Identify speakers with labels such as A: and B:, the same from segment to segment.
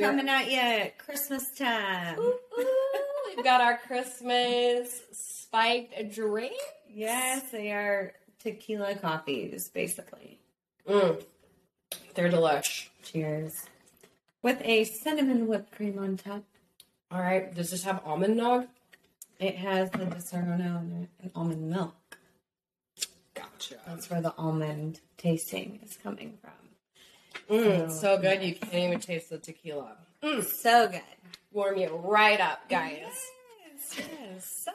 A: Coming at you Christmas time.
B: Ooh, ooh, we've got our Christmas spiked drink.
A: Yes, they are tequila coffees, basically.
B: Mm. They're delish.
A: Cheers. With a cinnamon whipped cream on top.
B: All right. Does this have almond nog?
A: It has the Disaronno in it and almond milk.
B: Gotcha.
A: That's where the almond tasting is coming from.
B: Mm, so good. You can't even taste the tequila.
A: So good.
B: Warm you right up, guys.
A: Yes, yes. So.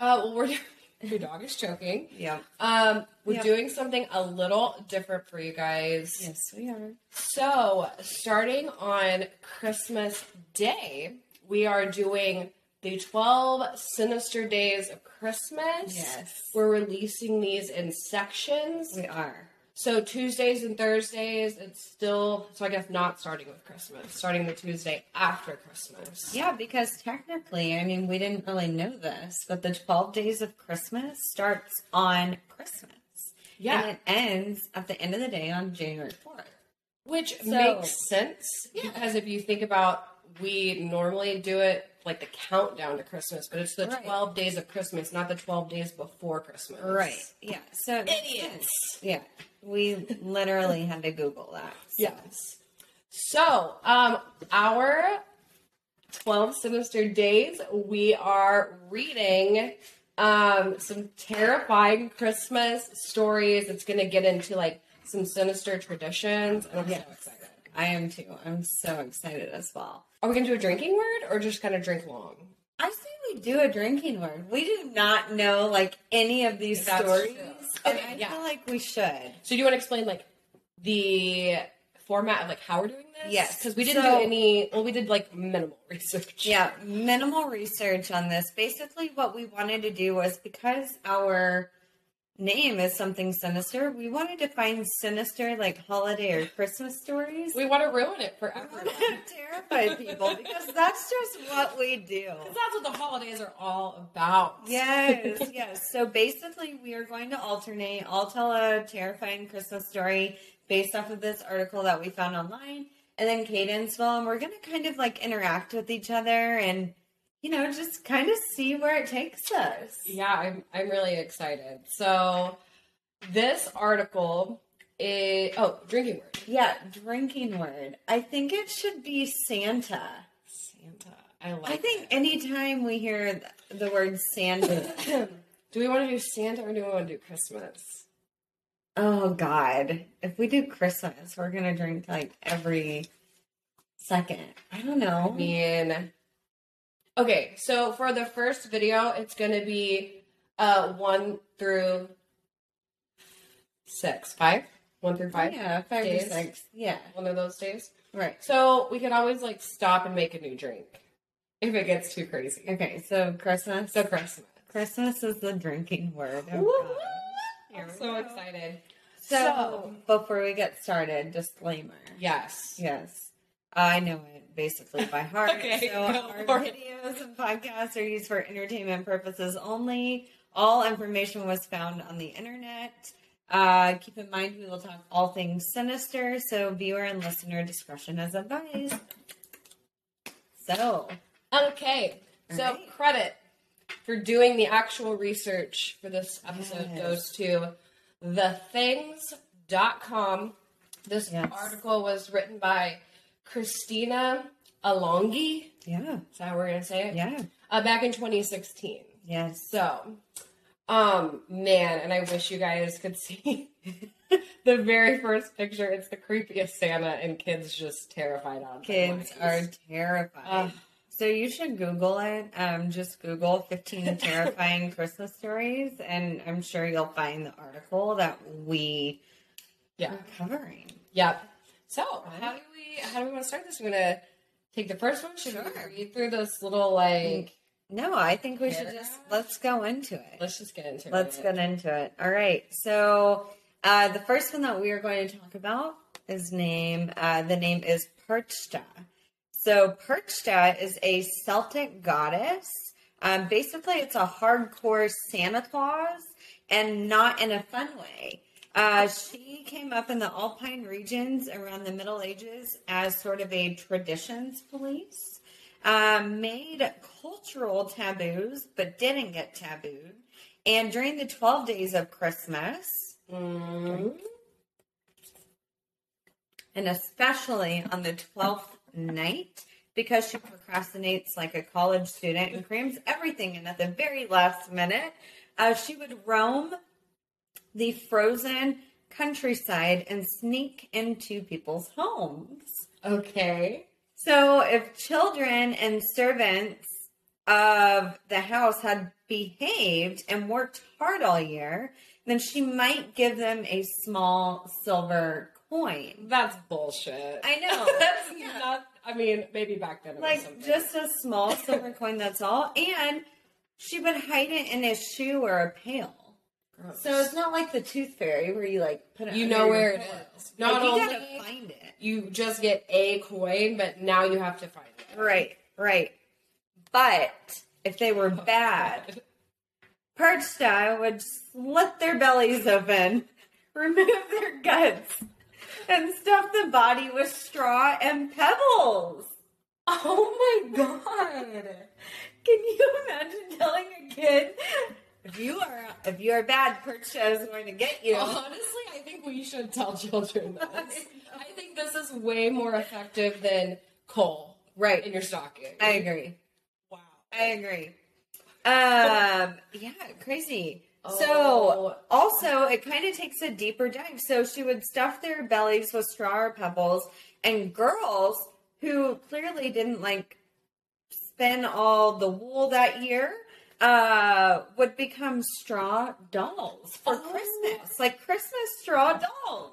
B: Uh, well, we're your dog is choking.
A: Yeah.
B: Um, we're
A: Yep.
B: doing something a little different for you guys.
A: Yes, we are.
B: So, starting on Christmas Day, we are doing the 12 Sinister Days of Christmas.
A: Yes.
B: We're releasing these in sections.
A: We are.
B: So, Tuesdays and Thursdays, it's still, so I guess not starting with Christmas, starting the Tuesday after Christmas.
A: Yeah, because technically, I mean, we didn't really know this, but the 12 days of Christmas starts on Christmas.
B: Yeah.
A: And it ends at the end of the day on January 4th.
B: Which
A: So-
B: makes sense because if you think about we normally do it like the countdown to Christmas, but it's the
A: Right.
B: 12 days of Christmas, not the 12 days before Christmas.
A: Yeah. So, it makes sense.
B: Idiots.
A: Yeah. We literally had to Google that. so.
B: Yes. So, um, our 12 Sinister Days, we are reading um, some terrifying Christmas stories. It's going to get into like some sinister traditions. And I'm
A: Yes.
B: so excited.
A: I am too. I'm so excited as well.
B: Are we going to do a drinking word or just kind of drink long?
A: I say we do a drinking word. We did not know like any of these
B: That's
A: stories.
B: true.
A: And
B: Okay,
A: I
B: yeah.
A: feel like we should.
B: So do you want to explain like the format of like how we're doing this?
A: Yes.
B: because we didn't
A: So-
B: do any. Well, we did like minimal research.
A: Yeah, minimal research on this. Basically, what we wanted to do was because our name is something sinister, we wanted to find sinister, like holiday or Christmas stories.
B: we want to ruin it for
A: We
B: everyone.
A: want to terrify people because that's just what we do.
B: 'Cause that's what the holidays are all about.
A: Yes, yes. So basically, we are going to alternate. I'll tell a terrifying Christmas story based off of this article that we found online, and then Cadence will, and we're going to kind of like interact with each other and, you know, just kind of see where it takes us.
B: Yeah, I'm I'm really excited. So this article is oh drinking word
A: Yeah, drinking word. I think it should be Santa.
B: Santa. I like.
A: I think
B: it.
A: anytime we hear th- the word Santa,
B: do we want to do Santa or do we want to do Christmas?
A: oh God, if we do Christmas, we're going to drink like every second. I don't know.
B: I mean, okay, so for the first video, it's going to be uh, one through six, five, one through five,
A: Yeah, five
B: days.
A: or six. Yeah,
B: one of those days.
A: right.
B: So we can always like stop and make a new drink if it gets too crazy.
A: Okay, so Christmas.
B: So Christmas.
A: Christmas is the drinking word. Oh,
B: Woo, woo,
A: God.
B: woo.
A: Here
B: I'm
A: we
B: so
A: go.
B: excited.
A: So, before we get started, disclaimer.
B: Yes.
A: Yes, I know it basically by heart.
B: Okay,
A: so
B: go
A: our
B: for it.
A: videos and podcasts are used for entertainment purposes only. All information was found on the internet. Uh, keep in mind, we will talk all things sinister, so viewer and listener discretion is advised. So,
B: Okay.
A: All
B: So
A: right.
B: credit for doing the actual research for this episode
A: Yes.
B: goes to thethings.com. This
A: Yes.
B: article was written by Christina Alongi.
A: yeah,
B: Is that how we're gonna say it?
A: yeah,
B: Uh, back in 2016.
A: yes.
B: So, um, man, and I wish you guys could see the very first picture. It's the creepiest Santa, and kids just terrified on
A: Kids are terrified.
B: Ugh.
A: so you should Google it. Um, just Google 15 terrifying Christmas stories, and I'm sure you'll find the article that we
B: yeah.
A: are covering.
B: Yep. So how do we how do we want to start this? We're gonna take the first one. Should
A: Sure.
B: we read through this little like?
A: No, I think we should
B: Yeah.
A: just let's go into it.
B: Let's just get into
A: Let's
B: it.
A: get into it. All right. So uh, the first one that we are going to talk about is name. Uh, the name is Perchta. So Perchta is a Celtic goddess. Um, basically, it's a hardcore Santa Claus, and not in a fun way. Uh, she came up in the Alpine regions around the Middle Ages as sort of a traditions police, uh, made cultural taboos, but didn't get tabooed. And during the 12 days of Christmas,
B: Mm.
A: and especially on the 12th night, because she procrastinates like a college student and crams everything in at the very last minute, uh, she would roam the frozen countryside and sneak into people's homes.
B: Okay.
A: So if children and servants of the house had behaved and worked hard all year, then she might give them a small silver coin.
B: That's bullshit.
A: I know.
B: That's
A: Yeah.
B: not. I mean, maybe back then it was
A: like
B: something.
A: just a small silver coin, that's all. And she would hide it in a shoe or a pail.
B: Gross.
A: So it's not like the tooth fairy where you like put it.
B: you
A: under
B: know
A: your
B: where it
A: pillow.
B: is. Not
A: like, you
B: only
A: gotta find it.
B: you just get a coin, but now you have to find it.
A: Right, right. But if they were
B: Oh,
A: bad, perch style would slit their bellies open, remove their guts, and stuff the body with straw and pebbles.
B: Oh my god.
A: Can you imagine telling a kid if you are if you are bad, Percha is going to get you?
B: Honestly, I think we should tell children this. I think this is way more effective than coal
A: Right.
B: in your stocking.
A: I agree.
B: wow.
A: I agree. Um, yeah, crazy. So
B: Oh.
A: also it kind of takes a deeper dive. So she would stuff their bellies with straw or pebbles and girls who clearly didn't like spin all the wool that year uh would become straw dolls for
B: Oh.
A: Christmas. Like Christmas straw dolls.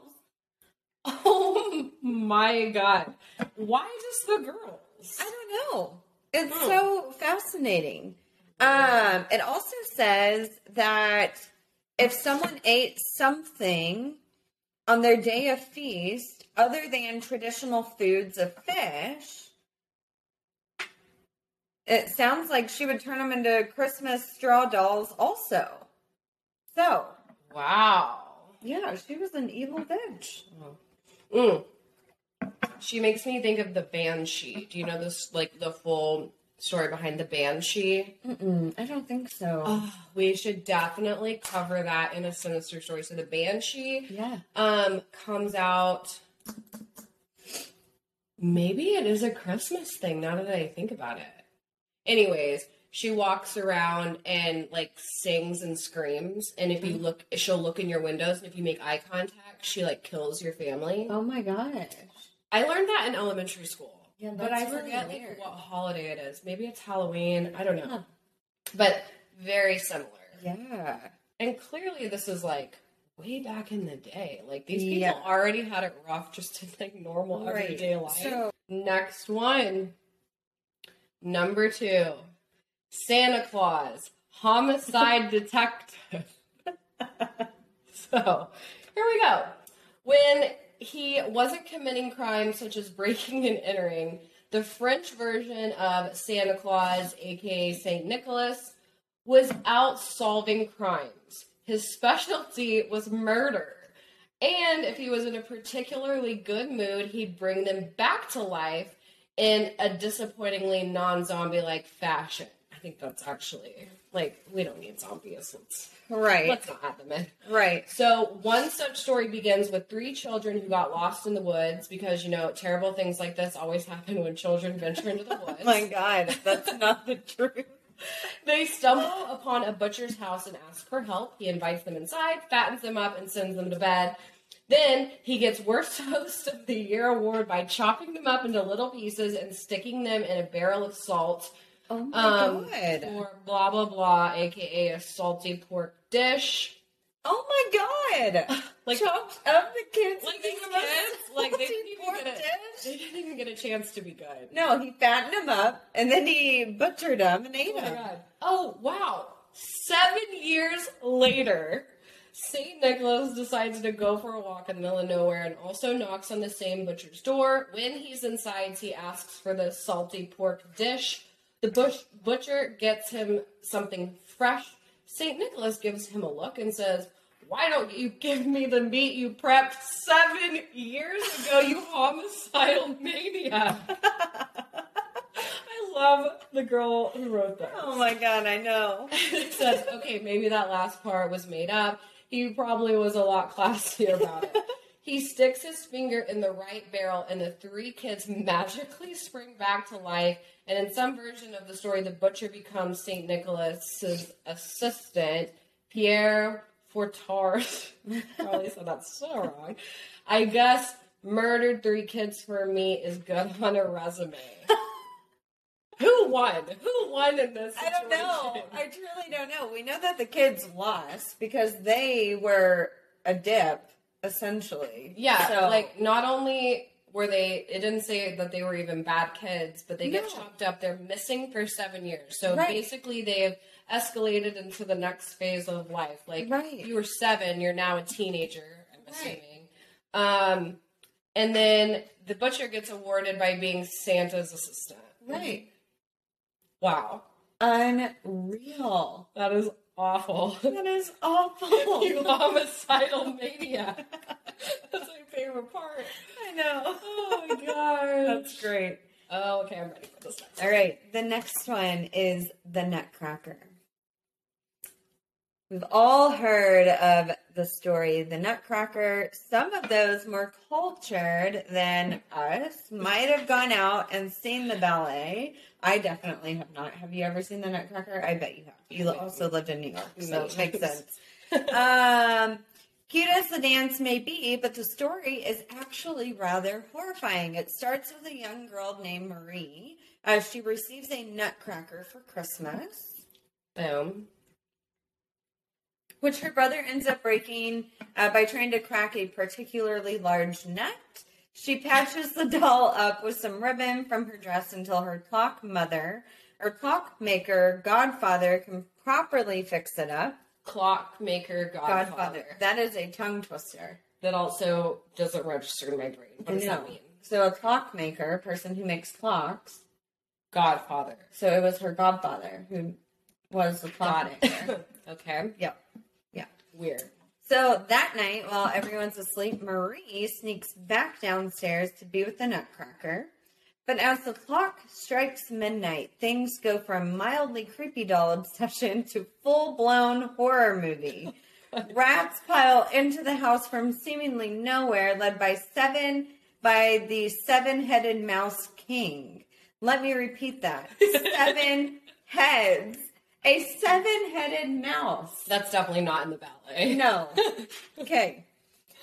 B: Oh my god. Why just the girls?
A: I don't know. It's so fascinating. Um, it also says that if someone ate something on their day of feast other than traditional foods of fish, it sounds like she would turn them into Christmas straw dolls also. So,
B: Wow.
A: yeah, she was an evil bitch.
B: Mm. She makes me think of the Banshee. Do you know this, like, the full story behind the Banshee?
A: Mm-mm, Mm, I don't think so.
B: Oh, we should definitely cover that in a sinister story. So the Banshee
A: yeah.
B: um comes out. Maybe it is a Christmas thing. Now that I think about it. Anyways, she walks around and like sings and screams. And if you
A: Mm-hmm.
B: look, she'll look in your windows. And if you make eye contact, she like kills your family.
A: Oh my gosh.
B: I learned that in elementary school.
A: Yeah,
B: but I
A: that's really
B: forget like,
A: weird.
B: what holiday it is. Maybe it's Halloween. I don't know.
A: Huh.
B: But very similar.
A: Yeah.
B: And clearly, this is like way back in the day. Like these people
A: Yeah.
B: already had it rough just in like normal
A: Right.
B: everyday life.
A: So-
B: Next one, number two, Santa Claus, homicide detective. so here we go. When he wasn't committing crimes such as breaking and entering, the French version of Santa Claus, aka Saint Nicholas, was out solving crimes. His specialty was murder. And if he was in a particularly good mood, he'd bring them back to life in a disappointingly non zombie like fashion. I think that's actually like, we don't need zombies. Let's,
A: Right.
B: let's not add them in.
A: Right.
B: So one such story begins with three children who got lost in the woods because you know terrible things like this always happen when children venture into the woods.
A: My God, that's not the truth.
B: they stumble upon a butcher's house and ask for help. He invites them inside, fattens them up, and sends them to bed. Then he gets worst host of the year award by chopping them up into little pieces and sticking them in a barrel of salt
A: Oh my
B: um,
A: God.
B: for blah blah blah, aka a salty pork dish.
A: Oh my God.
B: Like-
A: chopped up the kids.
B: Like
A: to
B: these
A: give us
B: kids, like they didn't, even
A: salty
B: get a,
A: pork
B: they
A: dish?
B: didn't even get a chance to be good.
A: No, he fattened them up and then he butchered them and ate
B: Oh my
A: them.
B: god. Oh wow. Seven years later, St. Nicholas decides to go for a walk in the middle of nowhere and also knocks on the same butcher's door. When he's inside, he asks for the salty pork dish. The bush, butcher gets him something fresh. St. Nicholas gives him a look and says, why don't you give me the meat you prepped seven years ago, you homicidal maniac? I love the girl who wrote that.
A: Oh my god, I know.
B: It says, okay, maybe that last part was made up. He probably was a lot classier about it. He sticks his finger in the right barrel, and the three kids magically spring back to life. And in some version of the story, the butcher becomes St. Nicholas's assistant, Pierre Fortard. probably said that so wrong. I guess murdered three kids for me is good on a resume. Who won? Who won in this
A: I don't
B: situation?
A: know. I truly don't know. We know that the kids lost because they were a dip, essentially.
B: Yeah,
A: So,
B: like not only were they, it didn't say that they were even bad kids, but they get
A: No.
B: chopped up. They're missing for seven years. So
A: Right.
B: basically, they have escalated into the next phase of life. Like
A: Right.
B: you were seven, you're now a teenager. I'm
A: Right.
B: assuming. Um, and then the butcher gets awarded by being Santa's assistant.
A: right.
B: Wow,
A: Unreal.
B: that is awful.
A: That is awful.
B: you homicidal maniac. That's my favorite part.
A: I know.
B: Oh my gosh.
A: That's great.
B: Oh, okay, I'm ready for this next.
A: All right, the next one is the Nutcracker. We've all heard of the story The Nutcracker. Some of those more cultured than us might have gone out and seen the ballet. I definitely have not. Have you ever seen The Nutcracker? I bet you have. You also lived in New York, so it makes sense. Um, Cute as the dance may be, but the story is actually rather horrifying. It starts with a young girl named Marie. Uh, she receives a nutcracker for Christmas,
B: Boom.
A: which her brother ends up breaking uh, by trying to crack a particularly large nut. She patches the doll up with some ribbon from her dress until her clock mother or clockmaker godfather can properly fix it up.
B: Clockmaker Godfather.
A: Godfather. That is a tongue twister.
B: That also doesn't register in my brain. What does that
A: No.
B: mean?
A: So a clockmaker, a person who makes clocks.
B: Godfather.
A: So it was her godfather who was the
B: Got
A: clockmaker.
B: it. okay.
A: yep. Yeah.
B: Weird.
A: So that night, while everyone's asleep, Marie sneaks back downstairs to be with the Nutcracker. But as the clock strikes midnight, things go from mildly creepy doll obsession to full blown horror movie. Rats pile into the house from seemingly nowhere, led by seven by the seven headed mouse king. Let me repeat that. Seven heads. A seven headed mouse.
B: That's definitely not in the ballet.
A: No. Okay.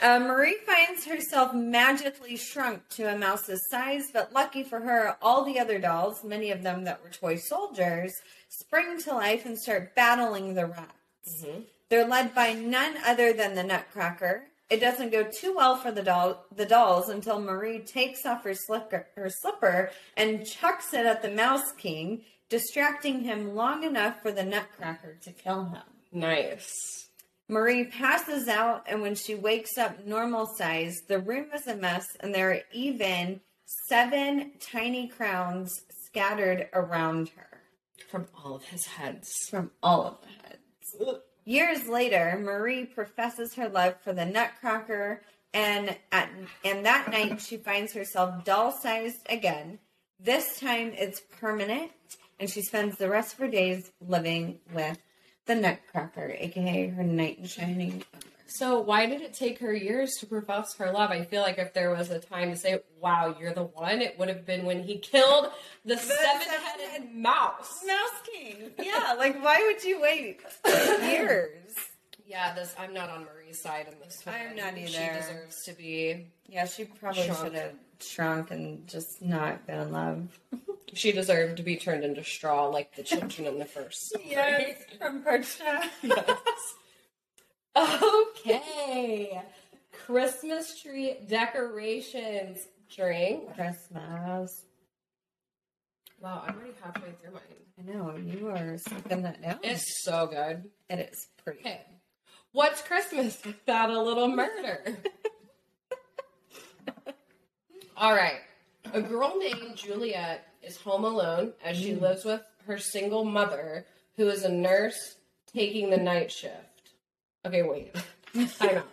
A: Uh, Marie finds herself magically shrunk to a mouse's size, but lucky for her, all the other dolls, many of them that were toy soldiers, spring to life and start battling the rats. They're led by none other than the Nutcracker. It doesn't go too well for the doll, the dolls until Marie takes off her slipper, her slipper and chucks it at the Mouse King, distracting him long enough for the Nutcracker to kill him.
B: Nice.
A: Marie passes out, and when she wakes up normal size, the room is a mess, and there are even seven tiny crowns scattered around her
B: From all of his heads.
A: from all of the heads. Years later, Marie professes her love for the Nutcracker, and at, and that night she finds herself doll-sized again. This time it's permanent, and she spends the rest of her days living with the Nutcracker, aka her knight in shining armor.
B: So why did it take her years to profess her love? I feel like if there was a time to say, wow, you're the one, it would have been when he killed the seven-headed mouse.
A: Mouse King. Yeah, like why would you wait years?
B: Yeah, this I'm not on Marie's side in this one.
A: I am not
B: She
A: either.
B: deserves to be
A: Yeah, she probably
B: Shrunk.
A: should have shrunk and just not been in love.
B: she deserved to be turned into straw like the children in the first. story.
A: from Percha.
B: okay. Christmas tree decorations. Drink.
A: Christmas.
B: Wow, I'm already halfway through mine.
A: I know you are sucking that down.
B: It's so good.
A: it is pretty.
B: Okay. What's Christmas without a little murder? All right. A girl named Juliet is home alone as she lives with her single mother, who is a nurse taking the night shift. Okay, wait. Time out.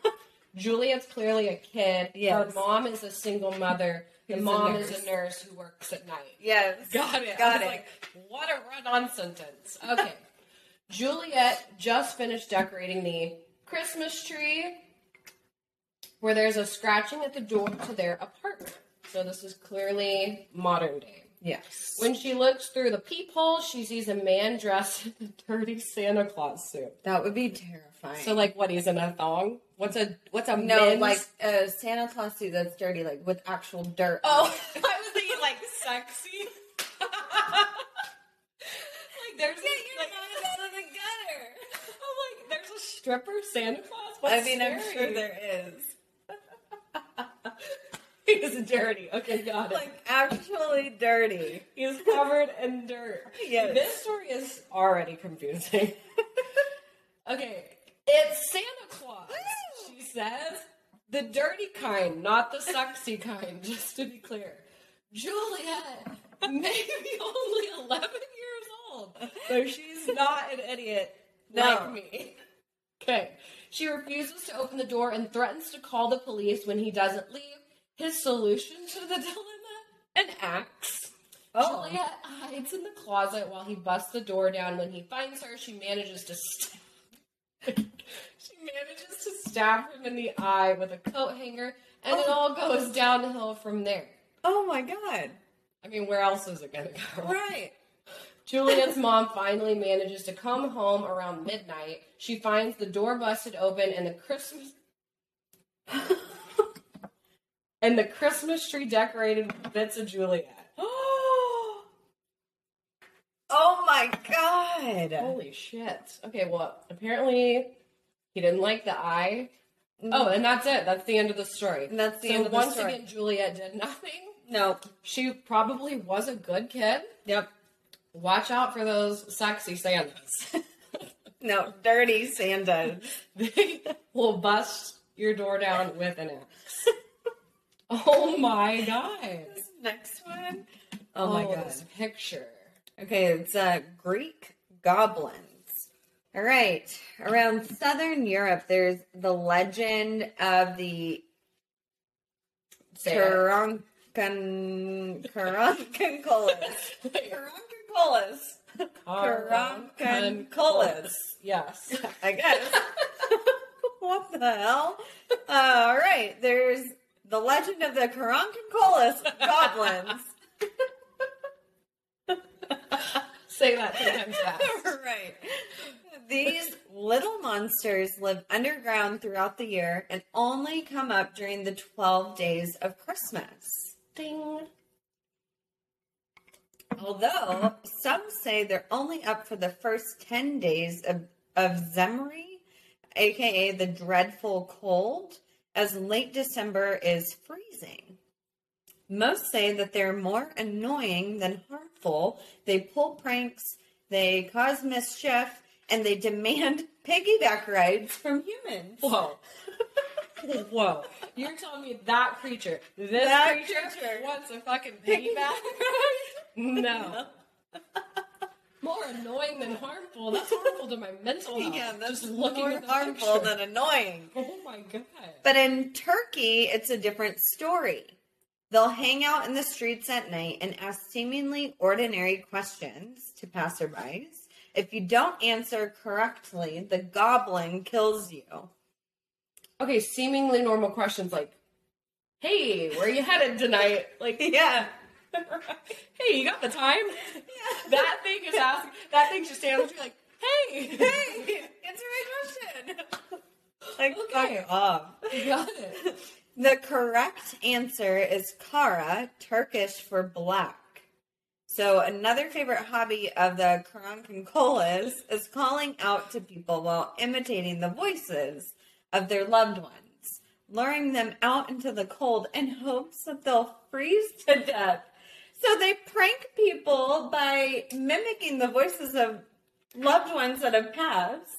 B: Juliet's clearly a kid. Her
A: Yes.
B: mom is a single mother. The
A: Who's a
B: mom
A: nurse.
B: is a nurse who works at night.
A: Yes.
B: Got it.
A: Got
B: I was
A: it.
B: Like, what a run-on sentence. Okay. Juliet just finished decorating the Christmas tree, where there's a scratching at the door to their apartment. So this is clearly modern day.
A: yes.
B: When she looks through the peephole, she sees a man dressed in a dirty Santa Claus suit.
A: that would be terrifying.
B: So like, what? He's in a thong. What's a what's a
A: no,
B: men's-
A: like a Santa Claus suit that's dirty, like with actual dirt.
B: Oh, I was thinking like sexy. like there's yeah,
A: you're not in the gutter.
B: I'm like there's a stripper Santa Claus. What's
A: I mean, I'm
B: scary?
A: sure there is.
B: he's dirty. Okay, got it.
A: Like actually dirty.
B: he's covered in dirt.
A: Yes.
B: This story is already confusing. okay, it's Santa Claus.
A: Woo!
B: She says the dirty kind, not the sexy kind. Just to be clear, Juliet, maybe only eleven years old, so she's not an idiot
A: No.
B: like me. Okay. She refuses to open the door and threatens to call the police when he doesn't leave. His solution to the dilemma? An axe.
A: Oh.
B: Juliet hides in the closet while he busts the door down. When he finds her, she manages to stab. she manages to stab him in the eye with a coat hanger, and it
A: Oh.
B: all goes downhill from there.
A: Oh my god.
B: I mean, where else is it gonna go?
A: Right.
B: Juliet's mom finally manages to come home around midnight. She finds the door busted open and the Christmas and the Christmas tree decorated with bits of Juliet.
A: oh my god.
B: Holy shit. Okay, well, apparently he didn't like the eye. Oh, and that's it. That's the end of the story.
A: Mm-hmm. And that's the
B: so
A: end of the
B: once
A: story.
B: again, Juliet did nothing.
A: No.
B: She probably was a good kid.
A: Yep.
B: Watch out for those sexy Santas.
A: No. Dirty Santa.
B: they will bust your door down with an axe. oh my god.
A: This next one. Oh my god.
B: This picture.
A: Okay, it's uh, Greek goblins. All right. Around southern Europe, there's the legend of the
B: Say it.
A: Karankan Karankankolas. Karankankolas. Karankankolas.
B: Yes.
A: I guess. what the hell? all right. There's the legend of the Karankankolas goblins.
B: Say that sometimes fast.
A: right. These little monsters live underground throughout the year and only come up during the 12 days of Christmas.
B: Ding.
A: Although some say they're only up for the first 10 days of, of Zemri, aka the dreadful cold, as late December is freezing. Most say that they're more annoying than harmful. They pull pranks, they cause mischief, and they demand piggyback rides from humans.
B: Whoa. Whoa. You're telling me that creature, this
A: That
B: creature,
A: creature.
B: wants a fucking piggyback? no. More annoying than harmful. That's harmful to my mental health.
A: Yeah, that's
B: Just looking
A: more
B: at the
A: harmful
B: picture.
A: than annoying.
B: Oh my god.
A: But in Turkey, it's a different story. They'll hang out in the streets at night and ask seemingly ordinary questions to passerbys. If you don't answer correctly, the goblin kills you.
B: Okay, seemingly normal questions like, "Hey, where you headed tonight?" Like,
A: Yeah.
B: "Hey, you got the time?" That thing is asking. That thing just stands there like, "Hey,
A: Hey, answer my question. Like,
B: Okay.
A: fuck off.
B: You got it."
A: The correct answer is Kara, Turkish for black. So another favorite hobby of the Karankankolas is calling out to people while imitating the voices of their loved ones, luring them out into the cold in hopes that they'll freeze to death. So they prank people by mimicking the voices of loved ones that have passed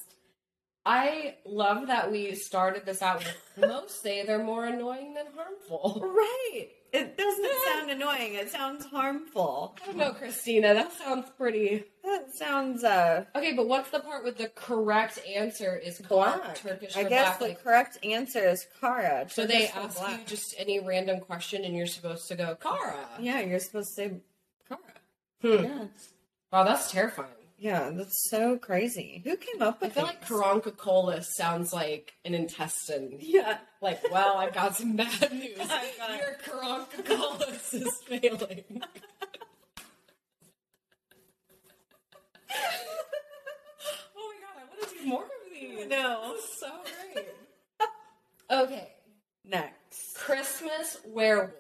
B: I love that we started this out with most say they're more annoying than harmful.
A: Right. It doesn't sound annoying. It sounds harmful.
B: I don't know, Christina. That sounds pretty.
A: That sounds uh
B: Okay, but what's the part with the correct answer is black Turkish
A: I
B: or
A: guess
B: black?
A: the
B: Like,
A: correct answer is Kara.
B: so they
A: Turkish or
B: ask
A: black.
B: you just any random question and you're supposed to go Kara.
A: Yeah, you're supposed to say Kara.
B: Hmm.
A: Yeah.
B: Wow, that's terrifying.
A: Yeah, that's so crazy. Who came up
B: I
A: with
B: feel like
A: these?
B: Karankakola sounds like an intestine.
A: Yeah.
B: Like, well, I've got some bad news.
A: I've got-
B: Your Karankakola is failing. oh my god, I want to do more of these.
A: No.
B: This is so great. okay,
A: Next.
B: Christmas werewolves.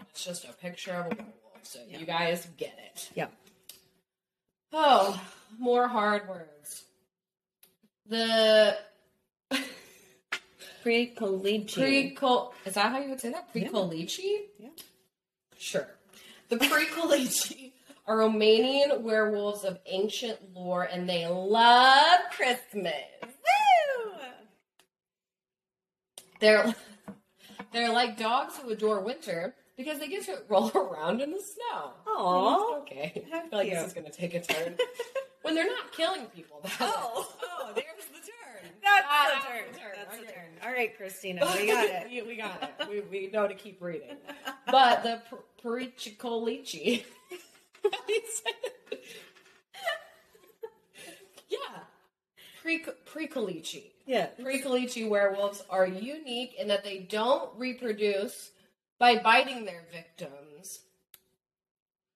B: It's just a picture of a werewolf, so you guys get it.
A: Yeah.
B: Oh, more hard words. The
A: Pre-collegiate.
B: pre-col is that how you would say that? Pre-colici?
A: Yeah.
B: Sure. The pre-colici are Romanian werewolves of ancient lore, and they love Christmas. They're they're like dogs who adore winter because they get to roll around in the snow.
A: Aw.
B: Okay.
A: How
B: I feel like
A: cute.
B: this is gonna take a turn. when they're not killing people. that
A: Oh.
B: is. oh, there's the turn.
A: That's
B: Ah,
A: the turn.
B: that's the turn.
A: That's the
B: Okay.
A: turn. All right, Christina, we got it.
B: we, we got it. We, we know to keep reading. But the per- Pericolici. yeah. Pre- Pericolici.
A: yeah.
B: Pericolici werewolves are unique in that they don't reproduce by biting their victims.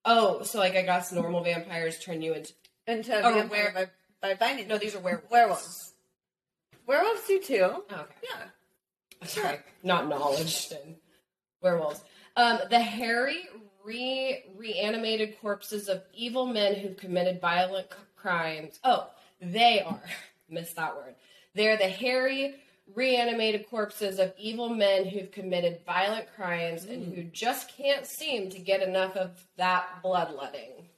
B: Oh, so like I guess normal vampires turn you into.
A: And to
B: Or
A: be a
B: where-
A: vampire by, by binding.
B: No, these are werewolves.
A: Werewolves. Werewolves do too.
B: Oh, okay.
A: Yeah.
B: Okay, not knowledge then. Werewolves. Um, the hairy, re- reanimated corpses of evil men who've committed violent c- crimes. Oh, they are. Missed that word. They're the hairy, reanimated corpses of evil men who've committed violent crimes and who just can't seem to get enough of that bloodletting.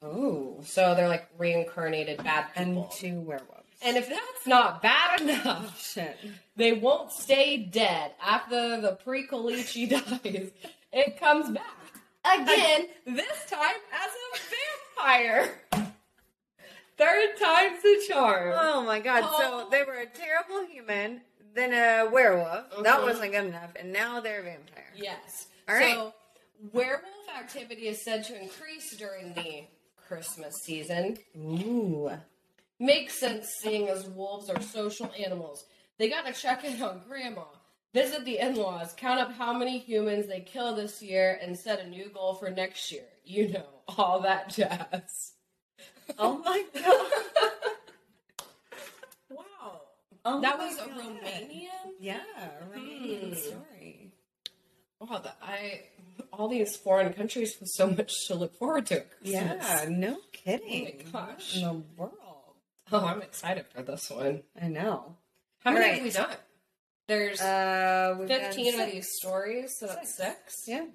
A: Oh.
B: So they're like reincarnated bad people.
A: And two werewolves.
B: and if that's not bad enough,
A: Shit.
B: they won't stay dead after the pre-Kalichi dies. It comes back again, this time as a vampire. Third time's the charm.
A: Oh my god.
B: Oh.
A: So they were a terrible human, then a werewolf. That
B: Mhm.
A: wasn't good enough, and now they're a vampire.
B: Yes.
A: All
B: So werewolf activity is said to increase during the Christmas season.
A: Ooh.
B: Makes sense seeing as wolves are social animals. They gotta check in on grandma, visit the in laws, count up how many humans they kill this year, and set a new goal for next year. You know, all that jazz.
A: Oh my god.
B: Wow.
A: Oh
B: that
A: my
B: was a
A: God.
B: Romanian?
A: Yeah, Romanian story.
B: Wow, that I all these foreign countries with so much to look forward to. at
A: Yeah,
B: Christmas.
A: no kidding.
B: Oh my gosh.
A: What in the world.
B: Oh, I'm excited for this one.
A: I know.
B: How many
A: Right.
B: have we done? There's
A: Uh, we've done
B: 15 of
A: six.
B: these stories, so that's six.
A: Yeah.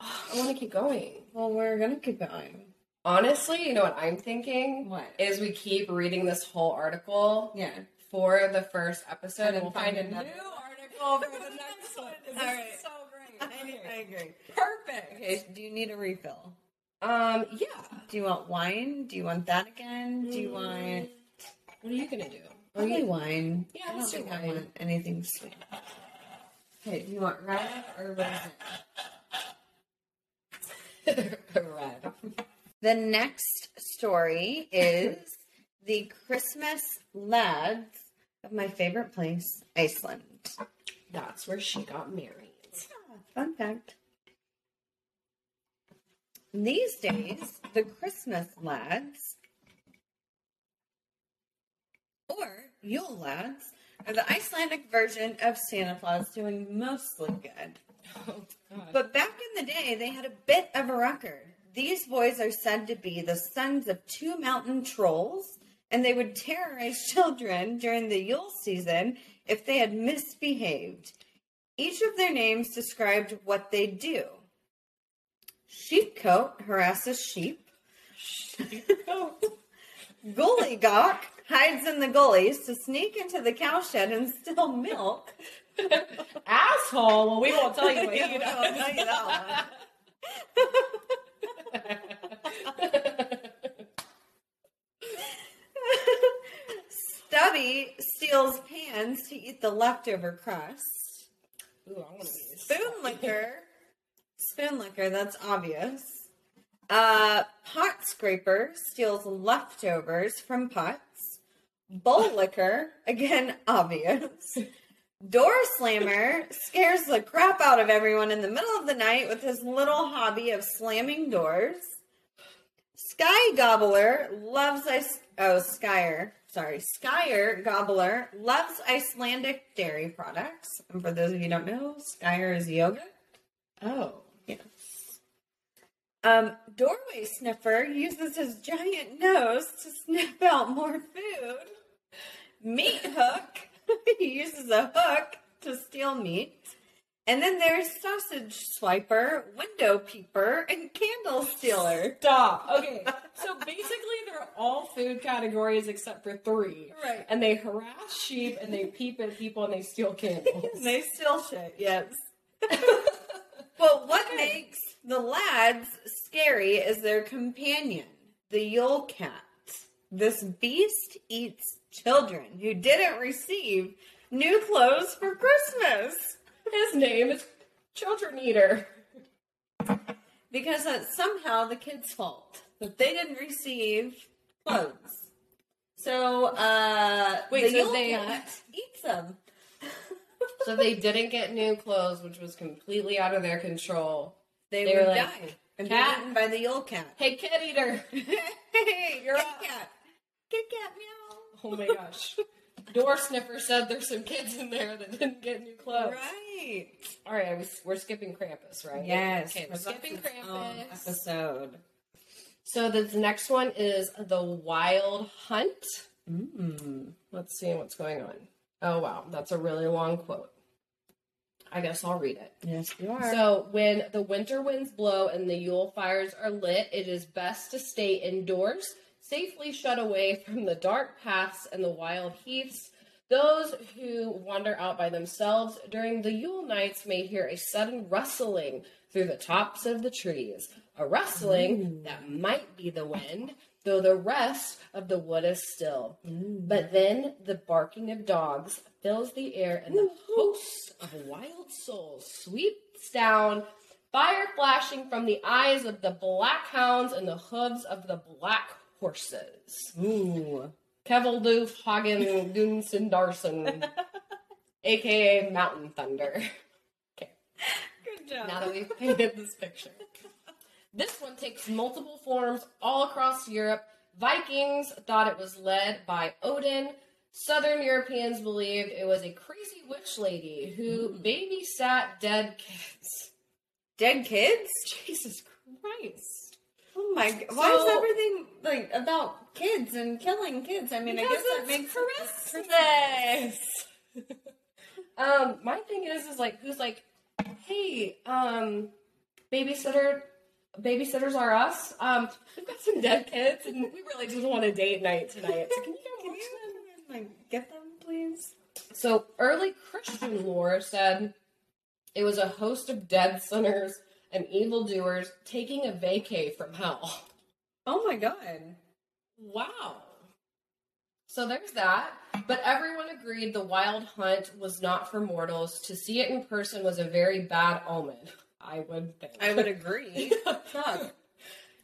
B: Oh, I want to keep going.
A: Well, we're gonna keep going.
B: Honestly, you know what I'm thinking?
A: What?
B: Is we keep reading this whole article
A: Yeah.
B: for the first episode
A: And
B: and,
A: then
B: we'll find,
A: find
B: a new
A: another.
B: article for the next one. This
A: All
B: is
A: right.
B: so great. Okay.
A: agree.
B: Perfect.
A: Okay. Do you need a refill?
B: Um, yeah.
A: Do you want wine? Do you want that again? Do you want
B: What are you gonna do? Are
A: probably
B: you-
A: wine?
B: Yeah,
A: I don't
B: let's do
A: think I
B: wine.
A: want anything sweet. Okay. Do you want red or raisin?
B: Red.
A: The next story is the Christmas lads of my favorite place, Iceland.
B: That's where she got married.
A: Fun fact. These days, the Christmas lads or Yule lads are the Icelandic version of Santa Claus doing mostly good.
B: Oh god.
A: But back in the day, they had a bit of a record. These boys are said to be the sons of two mountain trolls, and they would terrorize children during the Yule season if they had misbehaved. Each of their names described what they do. Sheepcoat harasses sheep. Goalie Gawk hides in the gullies to sneak into the cowshed and steal milk.
B: Asshole. Well, we won't tell you what
A: Yeah,
B: he
A: we
B: does.
A: won't tell you that Stubby steals pans to eat the leftover crust.
B: Ooh, I want to be this.
A: Spoon liquor. Spoon liquor, that's obvious. Uh, pot scraper steals leftovers from pots. Bowl liquor, again, obvious. Door slammer scares the crap out of everyone in the middle of the night with his little hobby of slamming doors. Sky Gobbler loves ice. Oh, Skyer. Sorry. Skyer Gobbler loves Icelandic dairy products. And for those of you who don't know, Skyer is yoga.
B: Oh.
A: Um, doorway sniffer uses his giant nose to sniff out more food. Meat hook he uses a hook to steal meat. And then there's sausage swiper, window peeper, and candle stealer.
B: Stop. Okay. So basically, they're all food categories except for three.
A: Right.
B: And they harass sheep and they peep at people and they steal candles.
A: They still shit, yes. but what makes the lads scary is their companion, the Yule Cat. This beast eats children who didn't receive new clothes for Christmas.
B: His name is Children Eater.
A: Because that's somehow the kids' fault that they didn't receive clothes. So, uh,
B: Wait,
A: the
B: so
A: Yule
B: they-
A: Cat eats them.
B: So they didn't get new clothes, which was completely out of their control.
A: They,
B: They
A: would
B: were like,
A: die and be
B: "Cat."
A: eaten by the Yule Cat.
B: Hey, Kid Eater.
A: hey, you're
B: Kit
A: cat. Kit Kat, meow.
B: Oh my gosh. Door sniffer said there's some kids in there that didn't get new clothes.
A: Right.
B: All right, we, we're skipping Krampus, right? Okay, we're
A: that's
B: skipping
A: its own
B: Krampus.
A: episode.
B: So the next one is the Wild Hunt.
A: Mm.
B: Let's see what's going on. Oh wow, that's a really long quote. I guess I'll read it.
A: Yes, you are.
B: So when the winter winds blow and the Yule fires are lit, it is best to stay indoors, safely shut away from the dark paths and the wild heaths. Those who wander out by themselves during the Yule nights may hear a sudden rustling through the tops of the trees, a rustling that might be the wind, though the rest of the wood is still. But then the barking of dogs fills the air, and the hosts of wild souls sweeps down, fire flashing from the eyes of the black hounds and the hooves of the black horses.
A: Ooh.
B: Kevildoof, Hagen, Dunson, Darson, aka Mountain Thunder.
A: Good job.
B: Now that we've painted this picture, this one takes multiple forms all across Europe. Vikings thought it was led by Odin. Southern Europeans believed it was a crazy witch lady who babysat dead kids.
A: Dead kids?
B: Jesus Christ.
A: Oh my god. Why is
B: So-
A: everything like about kids and killing kids? I mean, I guess that makes
B: Christmas. um, my thing is, is like, who's like, hey, um, babysitter, babysitters are us. Um, we've got some dead kids, and we really just want a date night tonight. So can you come
A: Can
B: watch them?
A: you like get them, please?
B: So early Christian lore said it was a host of dead sinners and evildoers taking a vacay from hell.
A: Oh my god.
B: Wow. So there's that. But everyone agreed the wild hunt was not for mortals. To see it in person was a very bad omen. I would think.
A: I would agree. Fuck.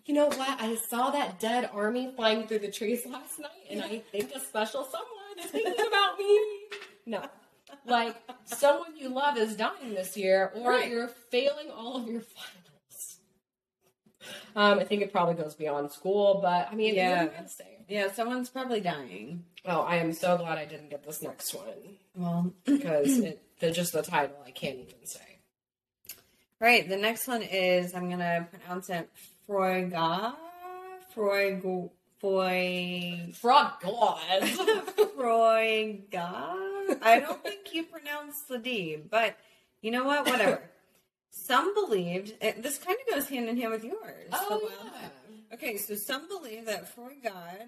B: You know what? I saw that dead army flying through the trees last night, and I think a special someone is thinking about me. No. Like, someone you love is dying this year, or
A: Right.
B: you're failing all of your finals. Um, I think it probably goes beyond school, but I mean, yeah.
A: Yeah.
B: what am I gonna say?
A: Yeah, someone's probably dying.
B: Oh, I am so glad I didn't get this next one
A: Well,
B: because it, the, just the title I can't even say.
A: Right. The next one is I'm gonna pronounce it Froiga, Froig, Froig,
B: Frog God.
A: Froiga. I don't think you pronounce the D, but you know what? Whatever. Some believed it, this kind of goes hand in hand with yours. the wild
B: oh yeah.
A: Okay, so some believe that Freud God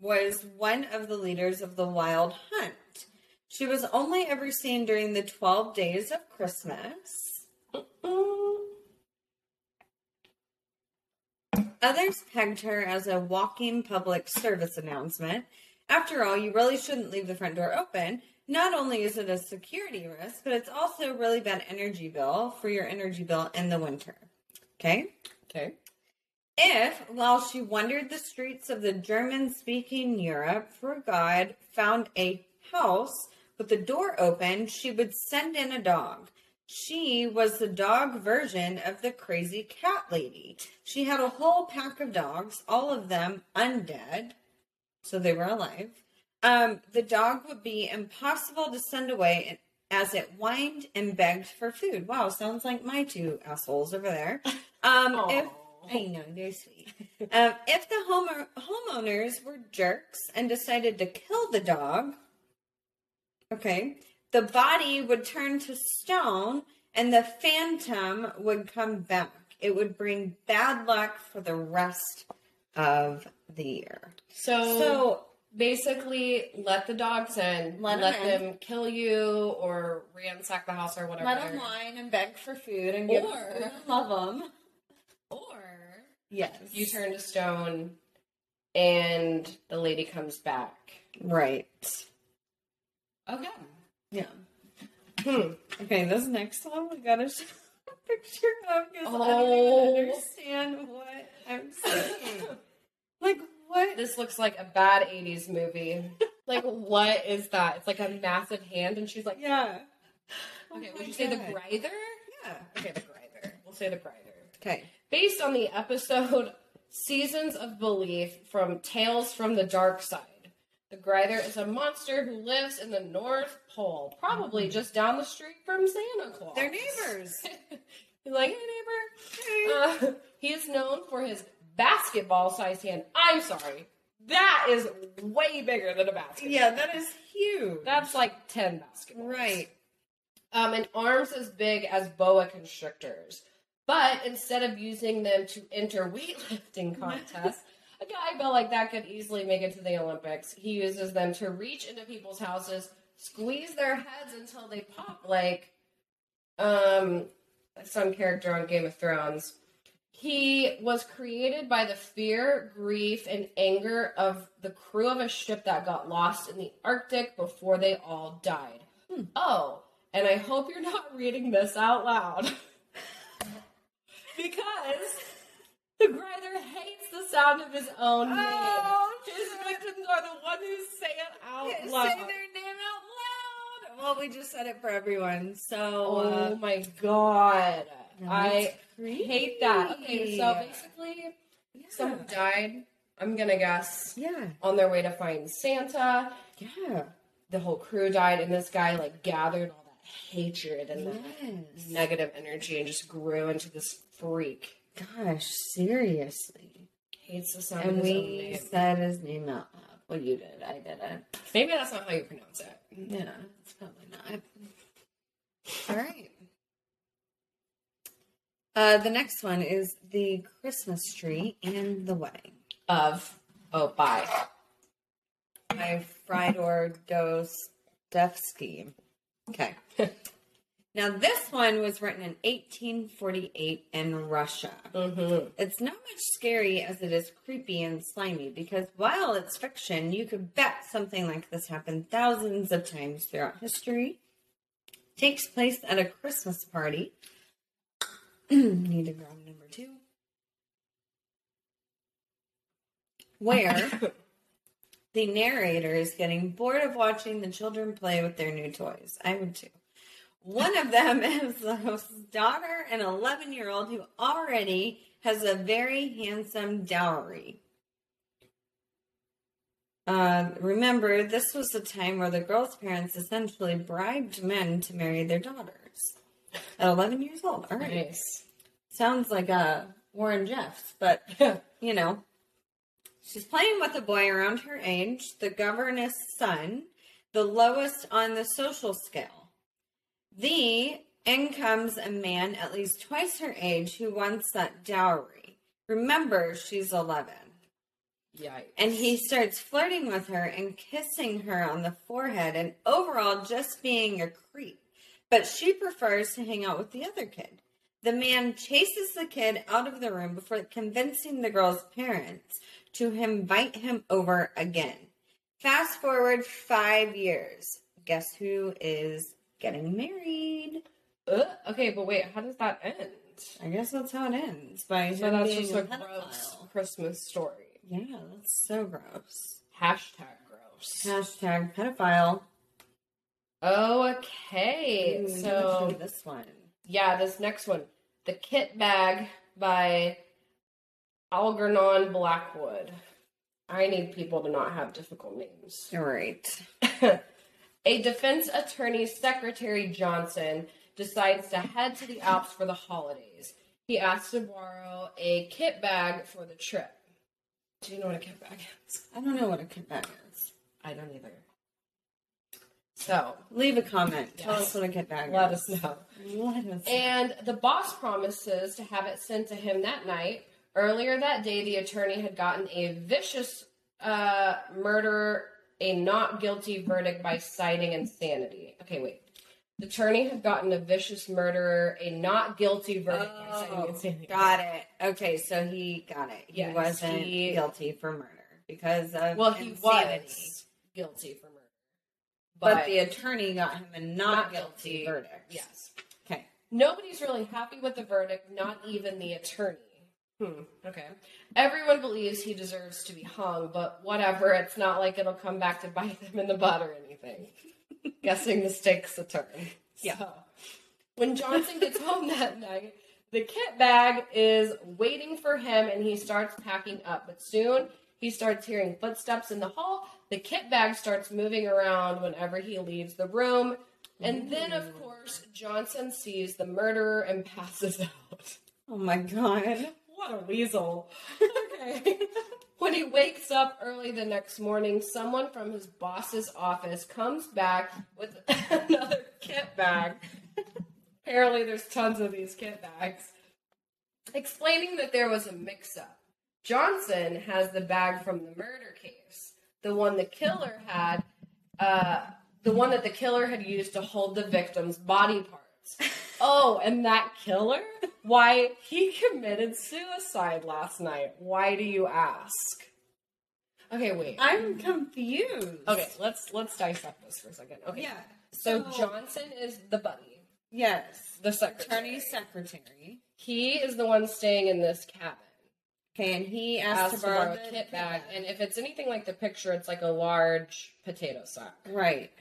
A: was one of the leaders of the Wild Hunt. She was only ever seen during the 12 days of Christmas. Others pegged her as a walking public service announcement. After all, you really shouldn't leave the front door open. Not only is it a security risk, but it's also a really bad energy bill for your energy bill in the winter. Okay?
B: Okay.
A: If, while she wandered the streets of the German speaking Europe for God, found a house with the door open, she would send in a dog. She was the dog version of the crazy cat lady. She had a whole pack of dogs, all of them undead, so they were alive. Um, the dog would be impossible to send away as it whined and begged for food. Wow, sounds like my two assholes over there. Um, if I know they're sweet. um, if the homer, homeowners were jerks and decided to kill the dog, okay, the body would turn to stone, and the phantom would come back. It would bring bad luck for the rest of the year.
B: So,
A: So
B: basically, let the dogs in.
A: Let 'em in.
B: them kill you or ransack the house or whatever.
A: let them whine and beg for food and give
B: Or-
A: them food and love them.
B: Or
A: Yes,
B: you turn to stone, and the lady comes back.
A: right.
B: Okay.
A: Yeah.
B: Hmm.
A: Okay, this next one we gotta show a picture of because I don't
B: Oh.
A: even understand what I'm saying. like what?
B: This looks like a bad '80s movie. like, what is that? It's like a massive hand, and she's like,
A: Yeah.
B: "Okay,
A: Oh
B: would
A: my
B: you say the
A: God.
B: grinder?"
A: Yeah.
B: Okay, the grinder. We'll say the grinder.
A: Okay.
B: based on the episode Seasons of Belief from Tales from the Dark Side. The Grider is a monster who lives in the North Pole, probably just down the street from Santa Claus.
A: They're neighbors.
B: You're like, hey, neighbor. Uh, he is known for his basketball sized hand. I'm sorry. That is way bigger than a basketball.
A: yeah, that is huge.
B: That's like 10 basketballs
A: right.
B: um, and arms as big as boa constrictors. But instead of using them to enter weightlifting contests, a guy built like that could easily make it to the Olympics. He uses them to reach into people's houses, squeeze their heads until they pop, like um, some character on Game of Thrones. He was created by the fear, grief, and anger of the crew of a ship that got lost in the Arctic before they all died.
A: Hmm.
B: Oh, and I hope you're not reading this out loud. because the grinder hates the sound of his own name.
A: Oh,
B: his victims are the ones who say it out
A: Say their name
B: loud.
A: out loud. Well, we just said it for everyone, so uh,
B: Oh my god.
A: No,
B: I
A: it's
B: hate that. Okay,
A: creepy.
B: so basically,
A: yeah.
B: someone died, I'm gonna guess,
A: yeah,
B: on their way to find Santa.
A: yeah,
B: The whole crew died, and this guy, like, gathered all that hatred and that
A: yes.
B: negative energy and just grew into this freak.
A: Gosh, seriously.
B: Hates the sound
A: And
B: of his own
A: we
B: name.
A: said his name out loud. Well, you did. I did it.
B: Maybe that's not how you pronounce it.
A: Yeah, it's probably not. Mm-hmm. All right. Uh, the next one is the Christmas tree and the wedding.
B: Of, oh, by.
A: by Frydor Dostevsky. Okay. now, this one was written in 1848 in Russia.
B: Mm-hmm.
A: It's not much scary as it is creepy and slimy because while it's fiction, you could bet something like this happened thousands of times throughout history. Takes place at a Christmas party. Need to grab number two. Where the narrator is getting bored of watching the children play with their new toys. I would too. One of them is the host's daughter, an 11 year old who already has a very handsome dowry. Uh, remember, this was the time where the girl's parents essentially bribed men to marry their daughters at 11 years old. All right.
B: Nice.
A: Sounds like uh, Warren Jeffs, but you know, she's playing with a boy around her age, the governess' son, the lowest on the social scale. The in comes a man at least twice her age who wants that dowry. Remember, she's 11.
B: Yikes.
A: And he starts flirting with her and kissing her on the forehead and overall just being a creep. But she prefers to hang out with the other kid. The man chases the kid out of the room before convincing the girl's parents to invite him over again. Fast forward five years. Guess who is getting married?
B: Ugh. Okay, but wait, how does that end?
A: I guess that's how it ends. By
B: So
A: him
B: that's
A: being
B: just
A: a
B: a gross
A: pedophile.
B: Christmas story.
A: Yeah, that's so gross.
B: Hashtag gross.
A: Hashtag pedophile.
B: Okay,
A: Ooh, let's do
B: so
A: this one.
B: yeah, this next one, "The Kit Bag" by Algernon Blackwood. I need people to not have difficult names.
A: All right.
B: A defense attorney, Secretary Johnson, decides to head to the Alps for the holidays. He asks to borrow a kit bag for the trip. Do you know what a kit bag is?
A: I don't know what a kickback is.
B: I don't either. So,
A: Leave a comment. Tell us
B: Yes.
A: what a kickback
B: let
A: is.
B: us know.
A: Let us.
B: And the boss promises to have it sent to him that night. Earlier that day, the attorney had gotten a vicious uh, murder, a not guilty verdict by citing insanity. Okay, wait. The attorney had gotten a vicious murderer, a not guilty verdict by
A: Oh.
B: citing insanity.
A: got it. Okay, so he got it. He
B: Oh, Yes,
A: wasn't
B: he-
A: guilty for murder because of
B: Well, he
A: insanity.
B: was guilty for murder.
A: but, the attorney got him a not,
B: Not
A: guilty,
B: guilty.
A: verdict.
B: yes.
A: Okay.
B: Nobody's really happy with the verdict, not even the attorney. Hmm, okay. Everyone believes he deserves to be hung, but whatever, it's not like it'll come back to bite them in the butt or anything. Guessing the stakes a turn.
A: Yeah.
B: So, when Johnson gets home that night, the kit bag is waiting for him and he starts packing up, but soon he starts hearing footsteps in the hall. The kit bag starts moving around whenever he leaves the room. And then, of course, Johnson sees the murderer and passes out.
A: Oh my god.
B: What a weasel. Okay. when he wakes up early the next morning, someone from his boss's office comes back with another kit bag. Apparently, there's tons of these kit bags. Explaining that there was a mix up. Johnson has the bag from the murder case, the one the killer had, uh, the one that the killer had used to hold the victim's body parts. Oh, and that killer? Why, he committed suicide last night. Why do you ask? Okay, wait.
A: I'm confused.
B: Okay, let's let's dissect this for a second. Okay.
A: Yeah.
B: So, Johnson is the buddy,
A: Yes.
B: the secretary.
A: Attorney secretary.
B: He is the one staying in this cabin.
A: Okay, and he asked,
B: Asked to borrow
A: the
B: a kit bag, and if it's anything like the picture, it's like a large potato sack.
A: Right.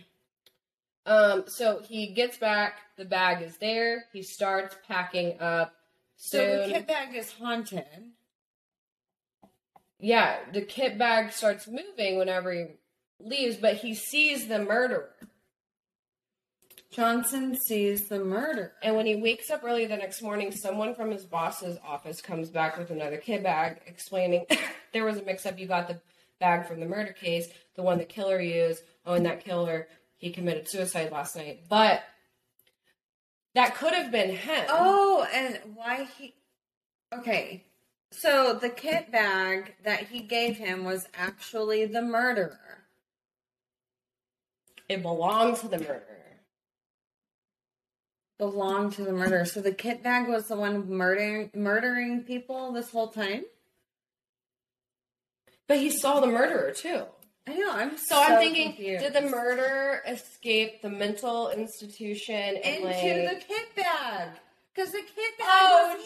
B: Um, so he gets back, the bag is there, he starts packing up.
A: So
B: Soon.
A: the kit bag is haunted.
B: Yeah, the kit bag starts moving whenever he leaves, but he sees the murderer.
A: Johnson sees the murder.
B: And when he wakes up early the next morning, someone from his boss's office comes back with another kit bag explaining there was a mix up. You got the bag from the murder case, the one the killer used. Oh, and that killer, he committed suicide last night. But that could have been him.
A: Oh, and why he? Okay, so the kit bag that he gave him was actually the murderer.
B: It belonged to the murderer.
A: Belonged to the murderer. So the kit bag was the one murdering murdering people this whole time.
B: But he saw the murderer too.
A: I know. I'm
B: So,
A: so,
B: I'm thinking,
A: confused.
B: did the murderer escape the mental institution and
A: into
B: like,
A: the kit bag because the kit bag
B: Oh,
A: was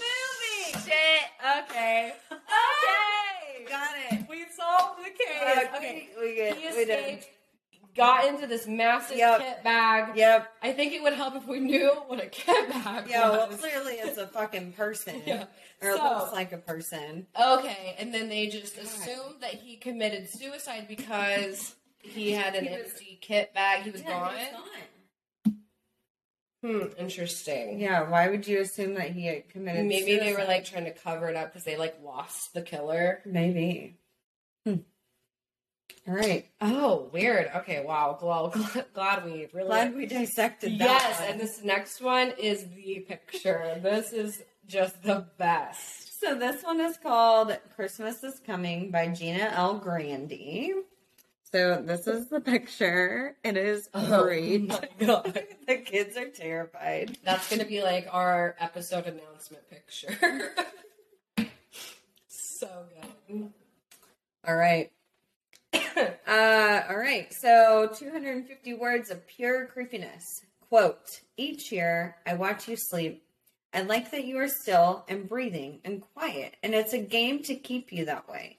A: moving.
B: shit? Okay, okay,
A: Got it.
B: we solved the case. Okay,
A: Uh, Okay, we good.
B: he
A: we did.
B: escaped, got into this massive
A: Yep.
B: kit bag.
A: Yep.
B: I think it would help if we knew what a kit bag
A: Yeah, well,
B: was.
A: clearly it's a fucking person.
B: Yeah.
A: Or
B: So-
A: looks like a person.
B: Okay, and then they just assumed that he committed suicide because he had an
A: He was-
B: empty kit bag. He was
A: Yeah,
B: gone.
A: he was
B: Hmm, interesting.
A: Yeah, why would you assume that he had committed
B: Maybe they were
A: suicide?
B: like trying to cover it up because they like lost the killer.
A: Maybe. Hmm. All right.
B: Oh, weird. Okay, wow. Well, gl- glad we really.
A: Glad we dissected that.
B: yes,
A: one.
B: and this next one is the picture. this is just the best.
A: So this one is called Christmas is Coming by Gina L. Grandy. So this is the picture. It is
B: Oh,
A: great.
B: my God.
A: the kids are terrified.
B: That's going to be like our episode announcement picture. so good.
A: All right. uh, all right. So 250 words of pure creepiness. Quote Each year, I watch you sleep. I like that you are still and breathing and quiet, and it's a game to keep you that way.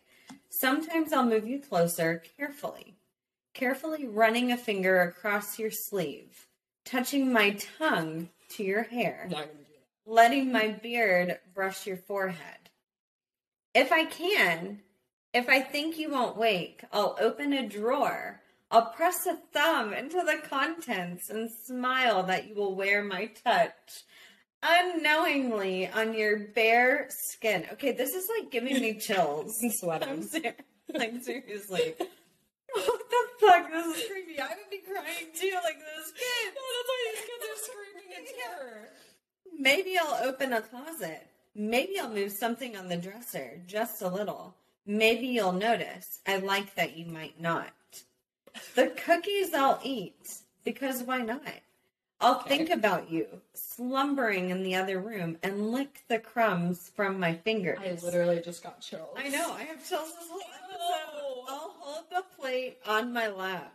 A: Sometimes I'll move you closer carefully, carefully running a finger across your sleeve, touching my tongue to your hair
B: Not going to do that.
A: letting my beard brush your forehead. If I can, if I think you won't wake, I'll open a drawer. I'll press a thumb into the contents and smile that you will wear my touch unknowingly on your bare skin. Okay, this is like giving me chills.
B: I'm sweating.
A: I'm ser- like, seriously. What the fuck? This is creepy. I would be crying too, like those kids.
B: Oh,
A: Maybe I'll open a closet. Maybe I'll move something on the dresser just a little. Maybe you'll notice. I like that you might not. The cookies I'll eat because why not? I'll
B: Okay.
A: think about you slumbering in the other room and lick the crumbs from my fingers.
B: I literally just got chills.
A: I know. I have chills this whole episode.
B: Oh.
A: I'll hold the plate on my lap.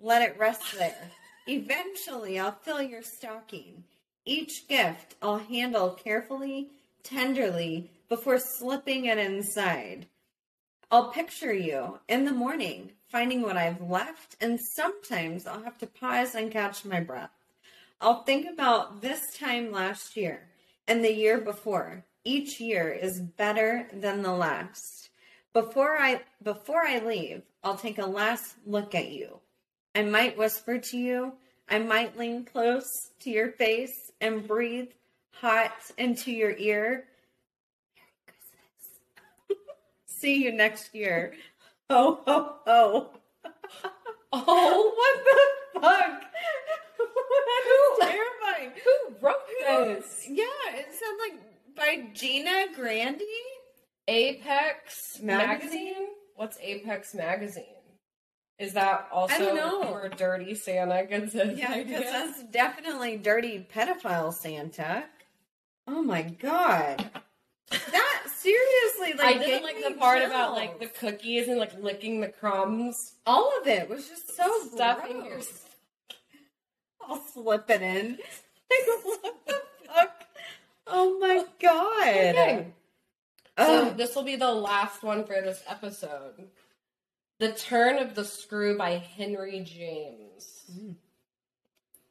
A: Let it rest there. Eventually, I'll fill your stocking. Each gift I'll handle carefully, tenderly, before slipping it inside. I'll picture you in the morning, finding what I've left, and sometimes I'll have to pause and catch my breath. I'll think about this time last year and the year before. Each year is better than the last. Before I before I leave, I'll take a last look at you. I might whisper to you, I might lean close to your face and breathe hot into your ear. Merry Christmas. See you next year. Ho ho ho.
B: Oh,
A: Oh, what the fuck? that is
B: Who-
A: terrifying.
B: who wrote this?
A: Yeah, it sounds like by Gina Grandy.
B: Apex
A: Magazine?
B: magazine? What's Apex magazine? Is that also
A: don't know.
B: where Dirty Santa gets his
A: Yeah, because
B: ideas?
A: that's definitely dirty pedophile Santa. Oh my god, that seriously like
B: I
A: gave
B: didn't like
A: me
B: the part about
A: chills.
B: like the cookies and like licking the crumbs.
A: all of it was just so
B: stuff in your
A: gross. I'll slip it in. Like what the fuck? Oh my god.
B: Okay. So
A: Oh,
B: this will be the last one for this episode. The Turn of the Screw by Henry James.
A: Mm.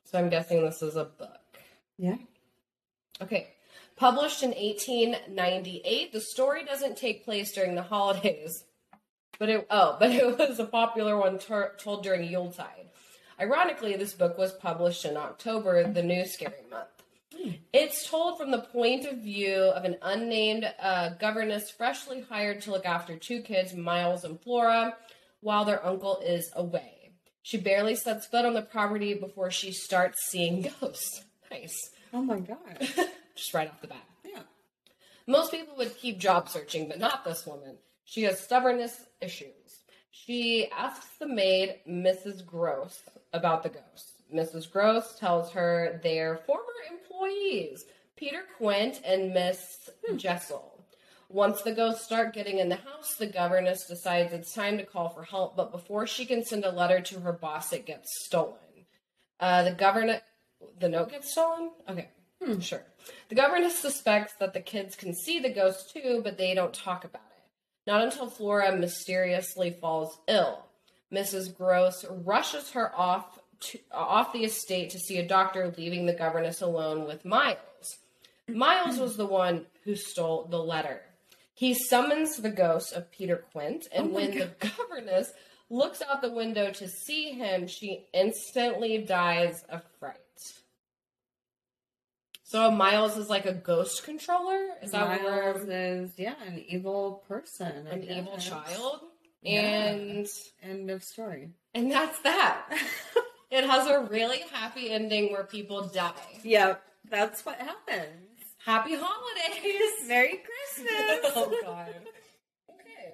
B: So I'm guessing this is a book.
A: yeah.
B: Okay. Published in 1898, the story doesn't take place during the holidays, but it oh, but it was a popular one tur told during Yuletide. Ironically, this book was published in October, the new scary month. It's told from the point of view of an unnamed uh, governess freshly hired to look after two kids, Miles and Flora, while their uncle is away. She barely sets foot on the property before she starts seeing ghosts. Nice.
A: Oh my god.
B: Just right off the bat.
A: Yeah.
B: Most people would keep job searching, but not this woman. She has stubbornness issues. She asks the maid, Mrs. Gross, about the ghosts. Mrs. Gross tells her they're former employees, Peter Quint and Miss Jessel. Once the ghosts start getting in the house, the governess decides it's time to call for help, but before she can send a letter to her boss, it gets stolen. Uh, the governor, the note gets stolen. Okay, sure. The governess suspects that the kids can see the ghost too, but they don't talk about it. Not until Flora mysteriously falls ill. Mrs. Gross rushes her off to, off the estate to see a doctor, leaving the governess alone with Miles. Miles was the one who stole the letter. He summons the ghost of Peter Quint, and
A: Oh my
B: when the governess looks out the window to see him, she instantly dies of fright. So Miles is like a ghost controller? Is that
A: Miles
B: where
A: is yeah an evil person, I
B: an evil
A: guess.
B: child?
A: Yeah.
B: And
A: End of story.
B: and that's that. It has a really happy ending where people die.
A: yep, that's what happens.
B: Happy holidays.
A: Merry Christmas.
B: oh god. Okay.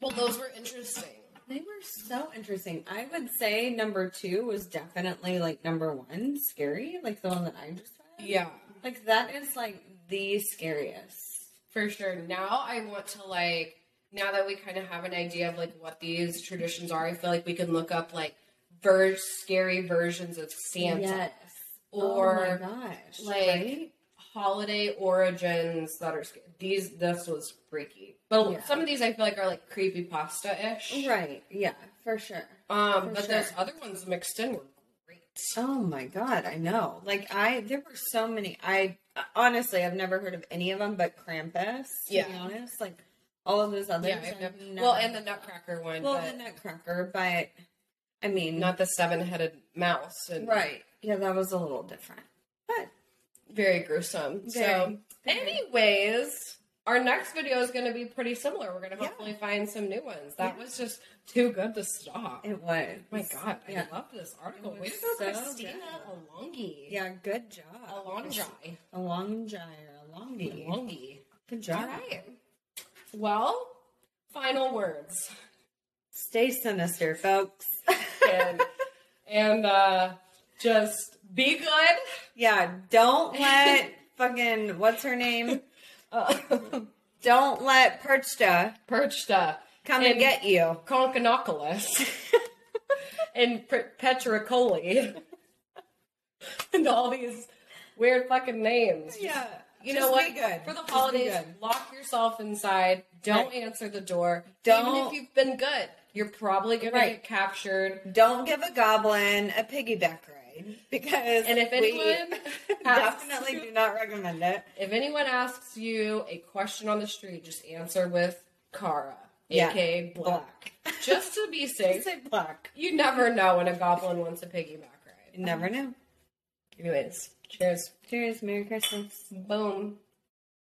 B: Well, those were interesting.
A: They were so interesting. I would say number two was definitely like number one scary, like the one that I just read.
B: Yeah,
A: Like that is like the scariest.
B: for sure. Now I want to like now that we kind of have an idea of like what these traditions are, I feel like we can look up like ver- scary versions of Santa
A: Or
B: or
A: oh my gosh.
B: like
A: right?
B: holiday origins that are sc- these. This was freaky, but
A: Yeah.
B: some of these I feel like are like creepy pasta ish.
A: Right. Yeah, for sure. For
B: Um, but
A: sure.
B: those other ones mixed in were great.
A: Oh my god, I know. Like I, there were so many. I honestly, I've never heard of any of them, but Krampus. To
B: Yeah.
A: be honest, like all of those others.
B: Yeah, I've nev- well, and the Nutcracker one,
A: well,
B: but
A: the Nutcracker, but I mean,
B: not the seven-headed mouse, and
A: right. Yeah, that was a little different. But
B: very gruesome. So,
A: Very.
B: anyways, our next video is going to be pretty similar. We're going to
A: Yeah.
B: hopefully find some new ones. That was just too good to stop.
A: it was.
B: My God,
A: yeah,
B: I love this article.
A: It
B: Way to
A: was
B: go,
A: so
B: Christina Alongi.
A: yeah, good job.
B: Alongi.
A: Alongi or Alongi.
B: Alongi.
A: Good
B: All
A: job.
B: right. Well, final words.
A: Stay sinister, folks.
B: and and uh, just be good.
A: yeah, don't let fucking what's her name?
B: Uh,
A: Don't let Perchta
B: Perchta,
A: come
B: And-
A: and get you.
B: Conchinoculus, and P- Petricoli, and all these weird fucking names.
A: Yeah.
B: You
A: Just
B: know what?
A: be good.
B: For the
A: Just be
B: holidays,
A: good.
B: lock yourself inside. Don't answer the door. Even if
A: Don't-
B: you've been good, you're probably gonna
A: Right.
B: get captured.
A: Don't give a goblin a piggyback ride because
B: And if
A: we
B: anyone asks-
A: definitely do not recommend it.
B: If anyone asks you a question on the street, just answer with Kara,
A: Yeah.
B: aka Black. Just to be
A: They
B: safe,
A: say black.
B: you never know when a goblin wants a piggyback ride.
A: You never know.
B: Anyways, cheers.
A: Cheers. Merry Christmas.
B: Boom.